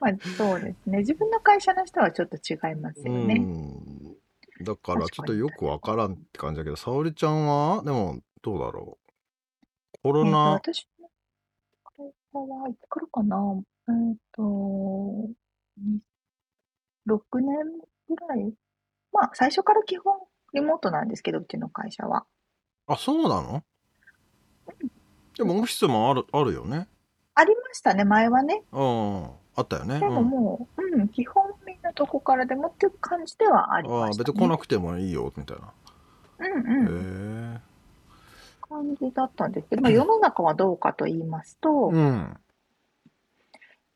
S3: まあそうですね。自分の会社の人はちょっと違います
S4: う
S3: よね。
S4: んだからち
S3: 確か
S4: ょっと
S3: に
S4: よくわからんって感じだけど沙織ちゃんはでもどうだろうコ
S3: え
S4: ロ
S3: っと、
S4: ナ、
S3: 私の会社はいつからかなえっと、に6年ぐらいまあ最初から基本リモートなんですけど、うちの会社は。
S4: あそうなのでもオフィスもあるあるよね
S3: ありましたね、前はね。
S4: うんあったよね
S3: でも
S4: うん
S3: もう、うん、基本みんなどこからでもっていう感じではあり
S4: あ
S3: ま
S4: あ
S3: した
S4: 別に来
S3: ね。
S4: なくてもいいよみたいな、
S3: うんうん、
S4: へえ
S3: 感じだったんですけど、まあ、世の中はどうかと言いますと、
S4: うん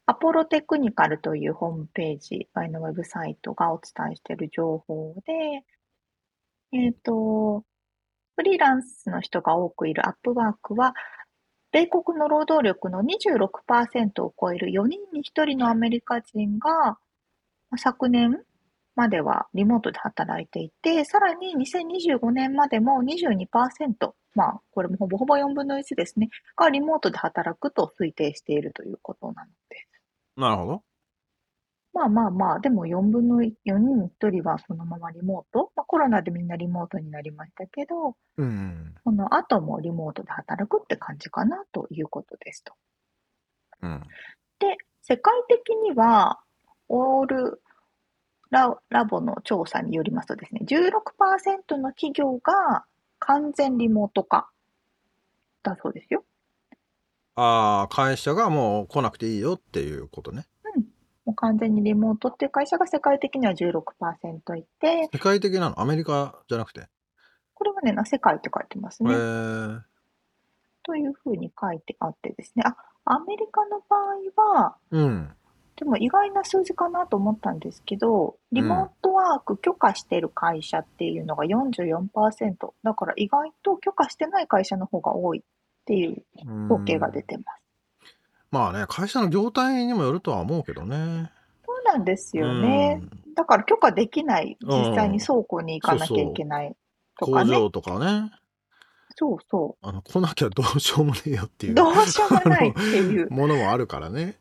S3: アポロテクニカルというホームページ、あのウェブサイトがお伝えしている情報で、えっと、フリーランスの人が多くいるアップワークは、米国の労働力の26%を超える4人に1人のアメリカ人が、まあ昨年まではリモートで働いていて、さらに2025年までも22%、まあ、これもほぼほぼ4分の1ですね、がリモートで働くと推定しているということなので、
S4: なるほど。
S3: まあまあまあ、でも4分の1、4人に1人はそのままリモート、まあ、コロナでみんなリモートになりましたけど、
S4: うん。
S3: その後もリモートで働くって感じかなということですと。
S4: うん。
S3: で、世界的には、オールララボの調査によりますとですね、16%の企業が完全リモート化だそうですよ。
S4: ああ、会社がもう来なくていいよっていうことね。
S5: もう完全にリモートっていう会社が世界的には16%いて、
S4: 世界的なのアメリカじゃなくて。
S5: これはね、な世界って書いてます
S4: え
S5: ね。
S4: ー、
S5: というふうに書いてあってですね。あ、アメリカの場合は、
S4: うん。
S5: でも意外な数字かなと思ったんですけど、リモートワーク許可してる会社っていうのが44%。だから意外と許可してない会社の方が多いっていう統計が出
S4: て。
S5: てます。
S4: まあね、会社の業態にもよるとは思うけどね。
S5: そうなんですよね。だから許可できない、
S4: うん
S5: 実際に倉庫に行かなきゃいけない
S4: うん。
S5: と
S4: 工
S5: かね。
S4: 場とかね。
S5: そうそ。
S4: あの、来なきゃどうしようもねえよっていうう
S5: どうしようがないっていう
S4: ものもあるからね。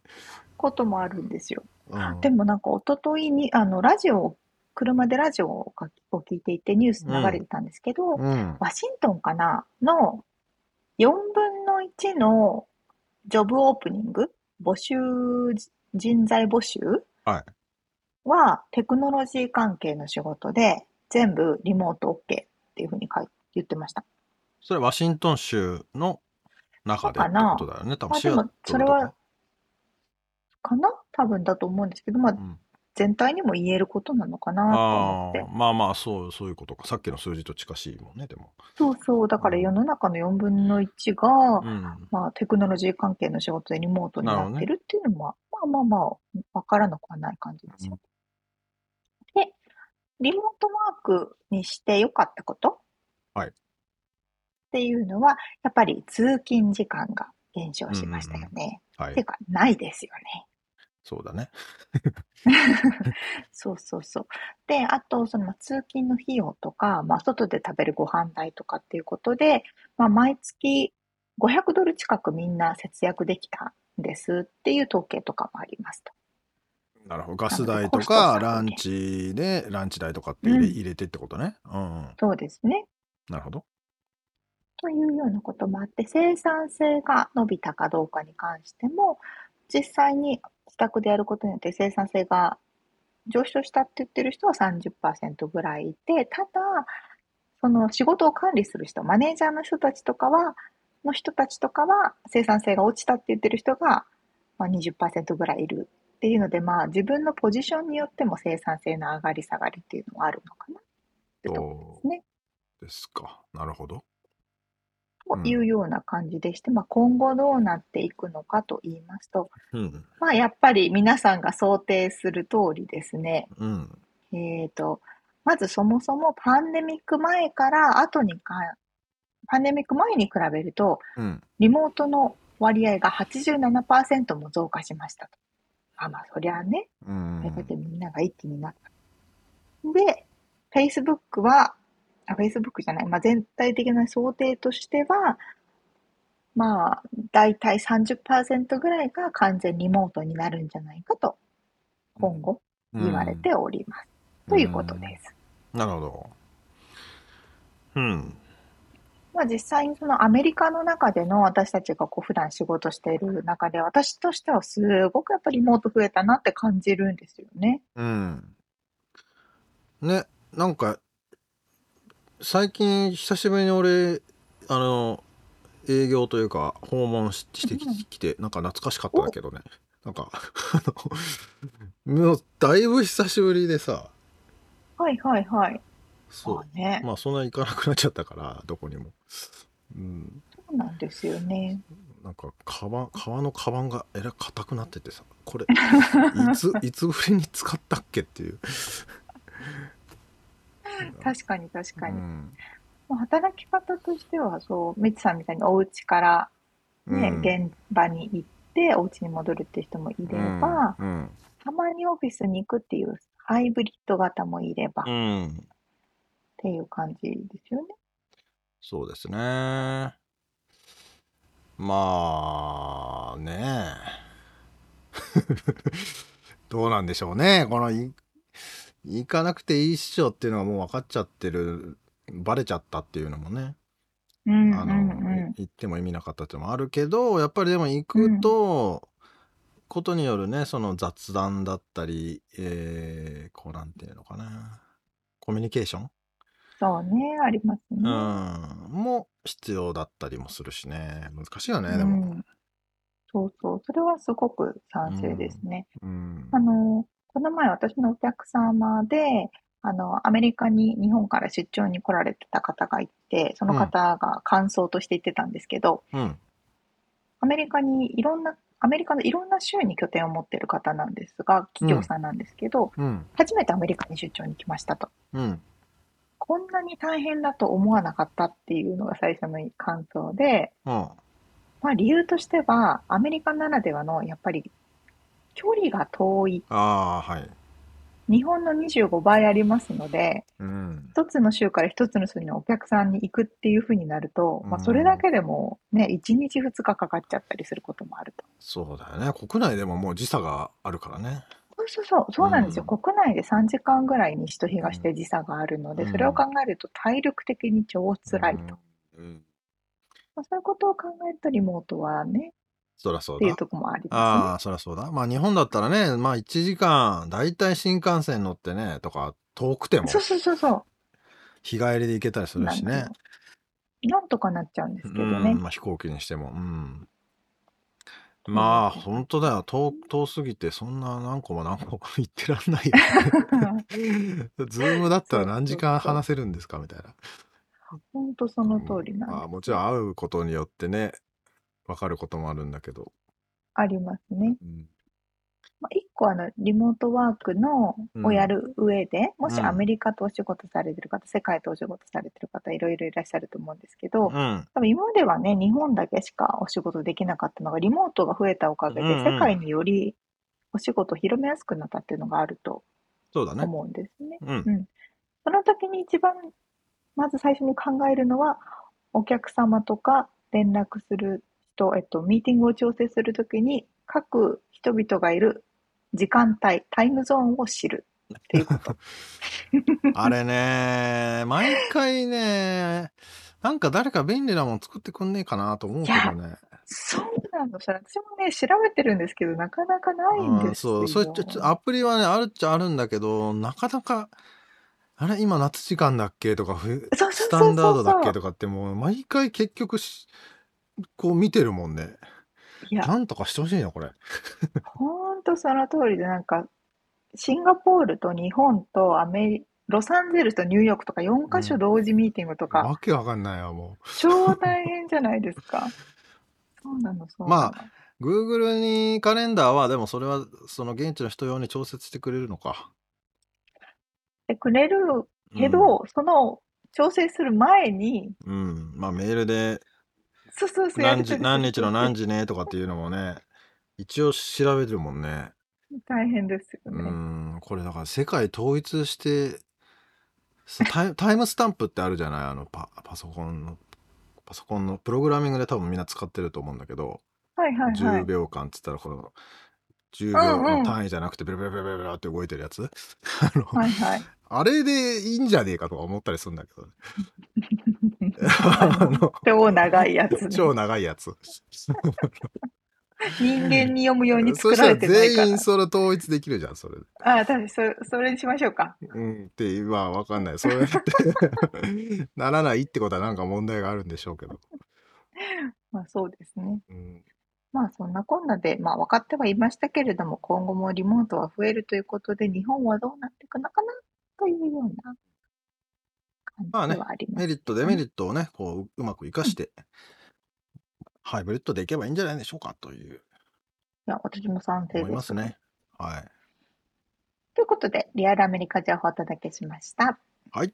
S5: こともあるんです よ。
S4: うん
S5: でもなんか一昨日に、あの、ラジオを、車でラジオをかを聞いていてニュース流れてたんですけど、
S4: うん。
S5: ワシントンかなの4分の1のジョブオープニング、募集、人材募集
S4: はい
S5: はテクノロジー関係の仕事で全部リモート OK っていうふうに書い言ってました。
S4: それワシントン州の中でってことだよね。多分
S5: まあ
S4: シ
S5: で
S4: アトル
S5: も
S4: とか。
S5: それはかな多分だと思うんですけど、まあ
S4: うん
S5: 全体にも言えることなのかなと思
S4: あ
S5: っ
S4: あ
S5: て。
S4: まあまあそうそういうことかさっきの数字と近しいもんねでも、
S5: そうそう。だから世の中の4分の1が、
S4: うん、
S5: まあ、テクノロジー関係の仕事でリモートになってるっていうのは、まあまあまあ、わからなくはない感じですよ。で、リモートワークにして良かったこと
S4: はい
S5: っていうのは、やっぱり通勤時間が減少しましたよね。
S4: は
S5: てい
S4: いう
S5: か、ないですよね。
S4: そうだね
S5: そうそうそう。で、あと、そのまあ通勤の費用とか、まあ、外で食べるご飯代とかっていうことで、まあ、毎月500ドル近くみんな節約できたんですっていう統計とかもありますと。
S4: なるほどガス
S5: なの
S4: 代
S5: で
S4: と
S5: コスト削
S4: か
S5: 減
S4: ランチでランチ代とかって入れ,、
S5: うん
S4: 入れてってことねうん、うん、
S5: そうですね。
S4: なるほど
S5: というようなこともあって、生産性が伸びたかどうかに関しても、実際に自宅でやることによって生産性が上昇したって言ってる人は30%ぐらいいて、ただ、その仕事を管理する人、マネージャーの人たちとかは、の人たちとかは生産性が落ちたって言ってる人が、まあ、20%ぐらいいるっていうので、まあ自分のポジションによっても生産性の上がり下がりっていうのはあるのかなってとこ
S4: そ
S5: すね
S4: うですかなるほど
S5: というような感じでして、まあ、今後どうなっていくのかと言いますと、
S4: うん
S5: まあ、やっぱり皆さんが想定する通りですね、
S4: うん
S5: えーと、まずそもそもパンデミック前から後にか、パンデミック前に比べると、
S4: うん
S5: リモートの割合が87%も増加しましたと。あ、まあ、そりゃあね、
S4: う
S5: これだ
S4: ん
S5: けみんなが一気になった。で、Facebook は、あ、Facebook じゃない、まあ、全体的な想定としては、まあ、だいたい30%ぐらいが完全リモートになるんじゃないかと、今後言われております。ということです。
S4: うんなるほどうん
S5: まあ、実際にそのアメリカの中での私たちがこう普段仕事している中で、私としてはすごくやっぱりリモート増えたなって感じるんですよね。
S4: うんねなんか最近久しぶりに俺あの営業というか訪問しして
S5: うんうん
S4: ききてなんか懐かしかったんだけどねなんか あのもうだいぶ久しぶりでさ
S5: はいはいはい。
S4: そ
S5: あね
S4: う。まあそんな行かなくなっちゃったからどこにも、うん、
S5: そうなんですよね。
S4: なんかカバン革のカバンがえらい硬くなっててさこれい ついつぶりに使ったっけっていう
S5: 確かに確かに。
S4: うん
S5: まあ働き方としては、そう、みつさんみたいにお家から、ね、
S4: うん
S5: 現場に行って、お家に戻るって人もいれば、
S4: うん
S5: たまにオフィスに行くっていうハイブリッド型もいればっ
S4: うんうん
S5: ていう感じですよね。
S4: そうですね。まあね。 どうなんでしょうね。このい行かなくていいっしょっていうのがもう分かっちゃってる、バレちゃったっていうのもね。
S5: うん
S4: あの、
S5: うん
S4: 行っても意味なかったっていうのもあるけど、やっぱりでも行くと、ことによるね、その雑談だったり、えー、こうなんていうのかな。コミュニケーション
S5: そうね、ありますね。
S4: うんも必要だったりもするしね難しいよね、で
S5: う
S4: も
S5: んそうそう。それはすごく賛成ですね。
S4: うん
S5: あの、この前私のお客様で、あの、アメリカに日本から出張に来られてた方がいて、その方が感想として言ってたんですけど、
S4: うん
S5: アメリカにいろんな、アメリカのいろんな州に拠点を持ってる方なんですが、企業さんなんですけど、
S4: うん
S5: 初めてアメリカに出張に来ましたと。
S4: うん
S5: こんなに大変だと思わなかったっていうのが最初の感想で、
S4: うん
S5: まあ理由としては、アメリカならではのやっぱり距離が遠い、
S4: ああーはい
S5: 日本の25倍ありますので、
S4: うん
S5: 一つの州から一つの州のお客さんに行くっていうふうになると、まあ
S4: うん
S5: それだけでもね、1日2日かかっちゃったりすることもあると。
S4: そうだよね国内でももう時差があるからね
S5: そうそうそう、そうなんですよ。
S4: うん
S5: 国内で3時間ぐらい西と東で時差があるので、
S4: うん
S5: それを考えると体力的に超辛いと。
S4: うん、うん
S5: まあ、そういうことを考えるとリモートはね、
S4: そりゃそう
S5: ってい
S4: だ
S5: うとこもありますね。
S4: ああ、そりゃそうだ。まあ日本だったらね、まあ1時間、だいたい新幹線乗ってね、とか、遠くても
S5: そうそうそうそ
S4: 日帰りで行けたりす
S5: う。
S4: る
S5: な
S4: し
S5: んだ
S4: ね
S5: ろ。うなんとかなっちゃうんですけど
S4: う
S5: ね
S4: ん、。まあ飛行機にしても。うん。まあ本当だよ。遠、遠すぎて、そんな何個も何個も行ってらん ないよ。ズームだったら何時間話せるんですかみたいな。
S5: 本当その通りなんです、
S4: まあもちろん会うことによってね、わかることもあるんだけど。
S5: ありますね。
S4: うん
S5: まあ、一個あの、リモートワークの
S4: うん
S5: をやる上で、もし
S4: うん
S5: アメリカとお仕事されてる方、世界とお仕事されてる方、いろいろいらっしゃると思うんですけど、
S4: うん。
S5: 多分今まではね、日本だけしかお仕事できなかったのが、リモートが増えたおかげで
S4: うん、うん
S5: 世界によりお仕事を広めやすくなったっていうのがあると
S4: そうだね。
S5: 思うんですね。
S4: うん。
S5: その時に一番、まず最初に考えるのは、お客様とか連絡する人、えっと、ミーティングを調整するときに、各人々がいる時間帯、タイムゾーンを知るっていうこと。
S4: あれね、毎回ね、なんか誰か便利なもの作ってくんねえかなと思うけどね。
S5: そうなの、それ私もね、調べてるんですけど、なかなかないん
S4: うん
S5: です
S4: そう、
S5: よ。
S4: それちょちょアプリはね、あるっちゃあるんだけど、なかなか、あれ、今夏時間だっけとか、 ふ
S5: そうそうそうそう
S4: スタンダードだっけとかって、もう毎回結局し、こう見てるもんね。
S5: いや、
S4: なんとかしてほしいな、これ。
S5: ほんとその通りで、なんか、シンガポールと日本とアメリ、ロサンゼルスとニューヨークとか4カ所同時ミーティングとか、
S4: わけわかんないよ、も
S5: 超大変じゃないですか。そうなの、そうなの。
S4: まう。Google にカレンダーは、でもそれは、その現地の人用に調節してくれるのか。
S5: で、くれる
S4: うん
S5: けど、、その、調整する前に、
S4: うん。まあ、メールで
S5: そうそうそうや
S4: 何
S5: り取
S4: 時
S5: り
S4: 何日の何
S5: 時
S4: 時ねとかっていうのもね一応調べてるもんね
S5: 大変ですよ
S4: う
S5: ね。
S4: んこれだから世界統一してさタイ タイムスタンプってあるじゃないあのパパソコンのパソコンのプログラミングで多分みんな使ってると思うんだけど、
S5: はいはいはい
S4: 10。秒間っつったらこの10
S5: うん
S4: 秒
S5: うん
S4: の単位じゃなくてベラベラベラベラって動いてるやつ あの
S5: はいはい。
S4: あれでいいんじゃねえかとか思ったりするんだけどね あの
S5: 超長いやつね。
S4: 超長いやつ
S5: 人間に読むように
S4: そ
S5: 作
S4: したら
S5: られてないか
S4: 全員それ統一できるじゃんそれで
S5: ら。あ、確かにそ、それにしましょうか。
S4: うんって今は分かんないそうやってならないって ことはなんか問題があるんでしょうけど、
S5: まあそうですね。
S4: うん、
S5: まあそんなこんなで、まあ分かってはいましたけれども、今後もリモートは増えるということで、日本はどうなっていくのかなというような
S4: まあ
S5: 感
S4: ね
S5: じはありま
S4: メ
S5: す
S4: リットデメリットをねこううまく生かして、ハイブリッドでいけばいいんじゃないでしょうかという
S5: いや、私も賛成
S4: 思い
S5: で
S4: ます
S5: す。
S4: ねはい
S5: ということで、リアルアメリカ情報をお届けしました。
S4: はい。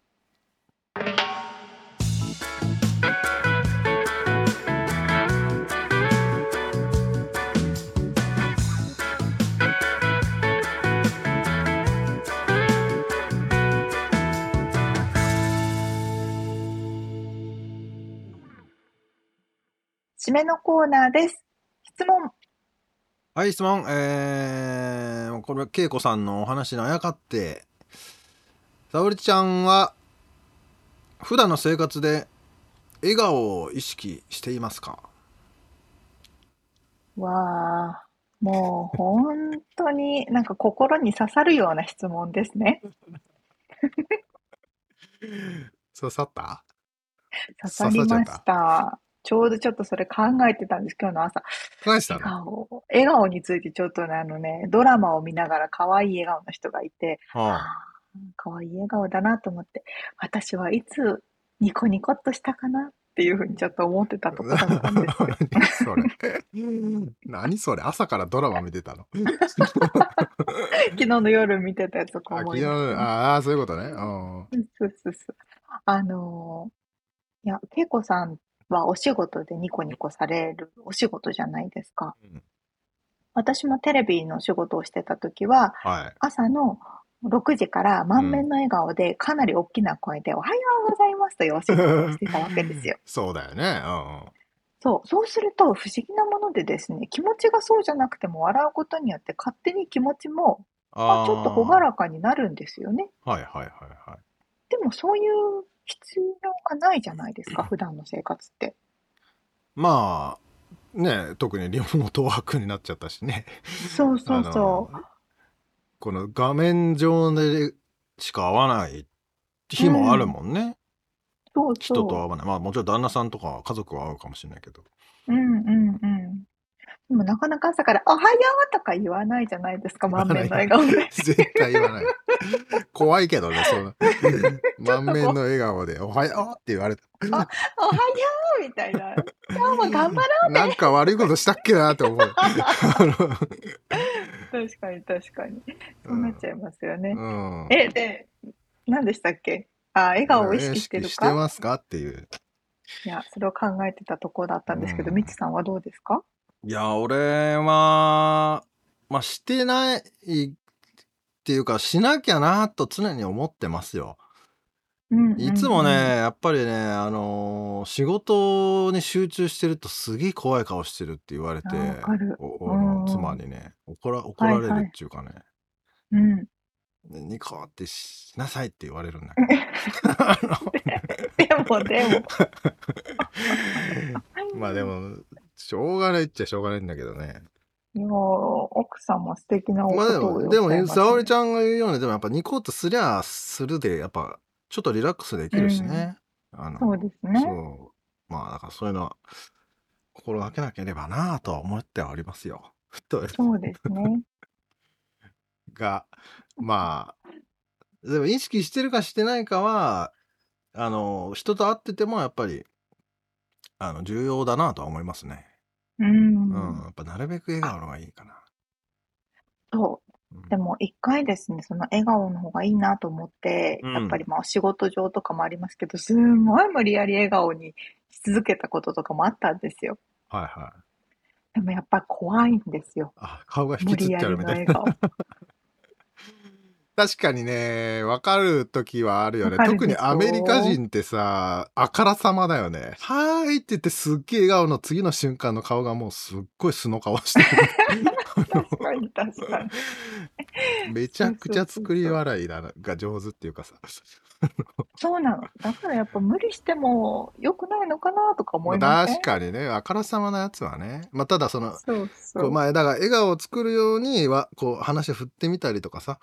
S5: 締めのコーナーです。質問。
S4: はい質問えー、これは恵子さんのお話にあやかって沙織ちゃんは普段の生活で笑顔を意識していますか
S5: わあ、もう本当になんか心に刺さるような質問ですね。
S4: 刺さった
S5: 刺さりました。ちょうどちょっとそれ考えてたんです、今日の朝。
S4: 返した
S5: 笑
S4: の。
S5: 顔。笑顔についてちょっとね、あのね、ドラマを見ながら可愛い笑顔の人がいて、あ
S4: あ
S5: ー可愛い笑顔だなと思って、私はいつニコニコっとしたかなっていうふうにちょっと思ってたとこだ ったんですけど。
S4: 何それ。何それ。朝からドラマ見てたの。
S5: 昨日の夜見てたやつとか
S4: あ
S5: 思
S4: 昨
S5: い
S4: 日
S5: 出して
S4: ああ、そういうことね。うん
S5: そうそうそう。あのーいや、恵子さんはお仕事でニコニコされるお仕事じゃないですか。
S4: うん
S5: 私もテレビの仕事をしてた時は、
S4: はい。
S5: 朝の6時から満面の笑顔でかなり大きな声で、おはようございますというお仕事をしてたわけですよ。
S4: そうだよね。うんうん
S5: そう、そうすると不思議なものでですね、気持ちがそうじゃなくても笑うことによって勝手に気持ちも、まあ、ちょっと朗らかになるんですよね。
S4: はいはいはいはい。
S5: でもそういう必要がないじゃないですか、普段の生活って。
S4: まあ、ね、特にリモートワークになっちゃったしね。
S5: そうそうそう。
S4: あのこの画面上でしか会わない日もあるもんね。
S5: そう
S4: 人と会
S5: そ
S4: わない。まあもちろん旦那さんとか家族は会うかもしれないけど。
S5: う。うんうんうん。でもなかなか朝から、おはようとか言わないじゃないですか、満面の笑顔 で。
S4: 絶対言わない。怖いけどね、そ の満面の笑顔で、おはようって言われた。
S5: おはようみたいな。今 日も頑張ろ
S4: なんか悪いことしたっけなって思 う。あ
S5: う確かに確かに。
S4: の
S5: そうなっちゃいますよね。
S4: うん。
S5: え、で、何でしたっけあ、笑顔を意識してる
S4: して
S5: か
S4: ますかっていう。
S5: いや、それを考えてたところだったんですけ
S4: う
S5: ど、
S4: ん
S5: みちさんはどうですか
S4: いや、俺は、まあ、してないっていうか、しなきゃなと常に思ってますよ。
S5: うんうん
S4: いつもね、やっぱりね、あのー仕事に集中してるとすげえ怖い顔してるって言われて
S5: あわかる、
S4: お俺の
S5: うん
S4: 妻にね、怒ら怒られるっていうかね、
S5: うん。うん。
S4: ねニコってしなさいって言われるんだけど。あ
S5: でもで も。
S4: の まあでも、しょうがないっちゃしょうがないんだけどね。
S5: いやー、奥さんも素敵なおこ
S4: まあで
S5: とを
S4: も、
S5: お
S4: で
S5: っしゃい
S4: も、
S5: ますね
S4: 沙織ちゃんが言うように、でもやっぱニコッとすりゃするで、やっぱちょっとリラックスできるしね。あの
S5: そうですね。
S4: そう。まあ、だからそういうのは、心がけなければなぁとは思ってはおりますよ。 と
S5: そうです ね。
S4: が、まあ、でも意識してるかしてないかは、あの、人と会っててもやっぱり、あの、重要だなぁとは思いますね。
S5: う
S4: うんん。。やっぱなるべく笑顔の方がいいかな。
S5: そうう。
S4: ん
S5: でも一回ですね、その笑顔の方がいいなと思って、
S4: うん
S5: やっぱりまあお仕事上とかもありますけど、すんごい無理やり笑顔にし続けたこととかもあったんですよ。
S4: はいはい。
S5: でもやっぱ怖いんですよ。
S4: あ、顔が引
S5: 無
S4: きつ
S5: 理
S4: っ
S5: や
S4: ちゃ
S5: り
S4: う
S5: の
S4: みたい
S5: 笑
S4: な。
S5: 顔。
S4: 確かにね、わかる時はあるよね。
S5: わかるでしょ
S4: 特にアメリカ人ってさ、あからさまだよね。はーいって言ってすっげえ笑顔の次の瞬間の顔がもうすっごい素の顔して
S5: 確かに確 か
S4: る。
S5: に。
S4: めちゃくちゃ作り笑いだなが上手っていうかさ。
S5: そうなの。だからやっぱ無理しても良くないのかなとか思いません
S4: 確かにね、あからさまなやつはね。まあ、ただその、
S5: そうそ
S4: こう
S5: う。
S4: まあ、だから笑顔を作るようには、こう話を振ってみたりとかさ、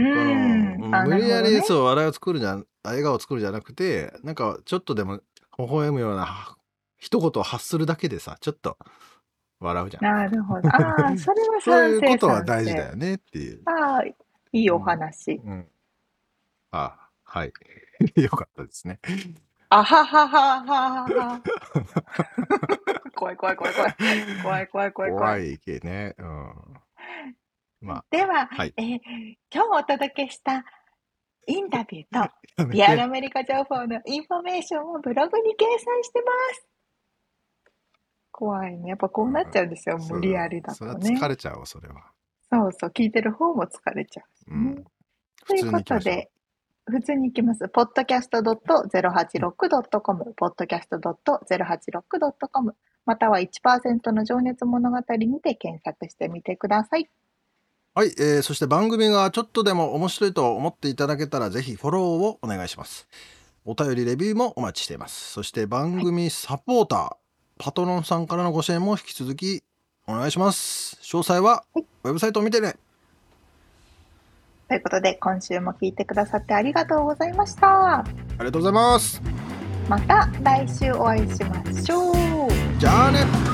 S4: この
S5: ん。あ、
S4: 無理やり
S5: なるほどね
S4: そう笑いを作るじゃんあ笑顔を作るじゃなくてなんかちょっとでも微笑むようなは一言を発するだけでさちょっと笑うじゃん
S5: なるほど。あ あ、それ
S4: そう
S5: は賛
S4: いう
S5: 成、
S4: ことは
S5: 賛
S4: 大事
S5: 成
S4: だよねっていう、
S5: ああ、いいお話。
S4: うん、あはい よかったですね
S5: あはははははは。 怖い怖い怖い怖い。怖い怖い怖い怖
S4: 怖
S5: い。
S4: いけねうんまあ
S5: では、
S4: はい
S5: えー今日お届けしたインタビュー
S4: やめ
S5: と、リアル
S4: て
S5: アメリカ情報のインフォメーションをブログに掲載してます。怖いね。やっぱこうなっちゃうんですよ。無理やりだ
S4: そ
S5: と
S4: れは
S5: ね
S4: 疲。れちゃうわそれは、
S5: そうそう。聞いてる方も疲れちゃ
S4: う
S5: うしね。
S4: ん、
S5: ということで、普通に行きます。podcast.086.com、podcast.086.com、または1%の情熱物語にて検索してみてください。
S4: はい、えーそして番組がちょっとでも面白いと思っていただけたらぜひフォローをお願いします。お便りレビューもお待ちしています。そして番組サポーター、パトロンさんからのご支援も引き続きお願いします。詳細はウェブサイトを見てね。
S5: ということで、今週も聞いてくださってありがとうございました。
S4: ありがとうございます。
S5: また来週お会いしましょう。
S4: じゃあね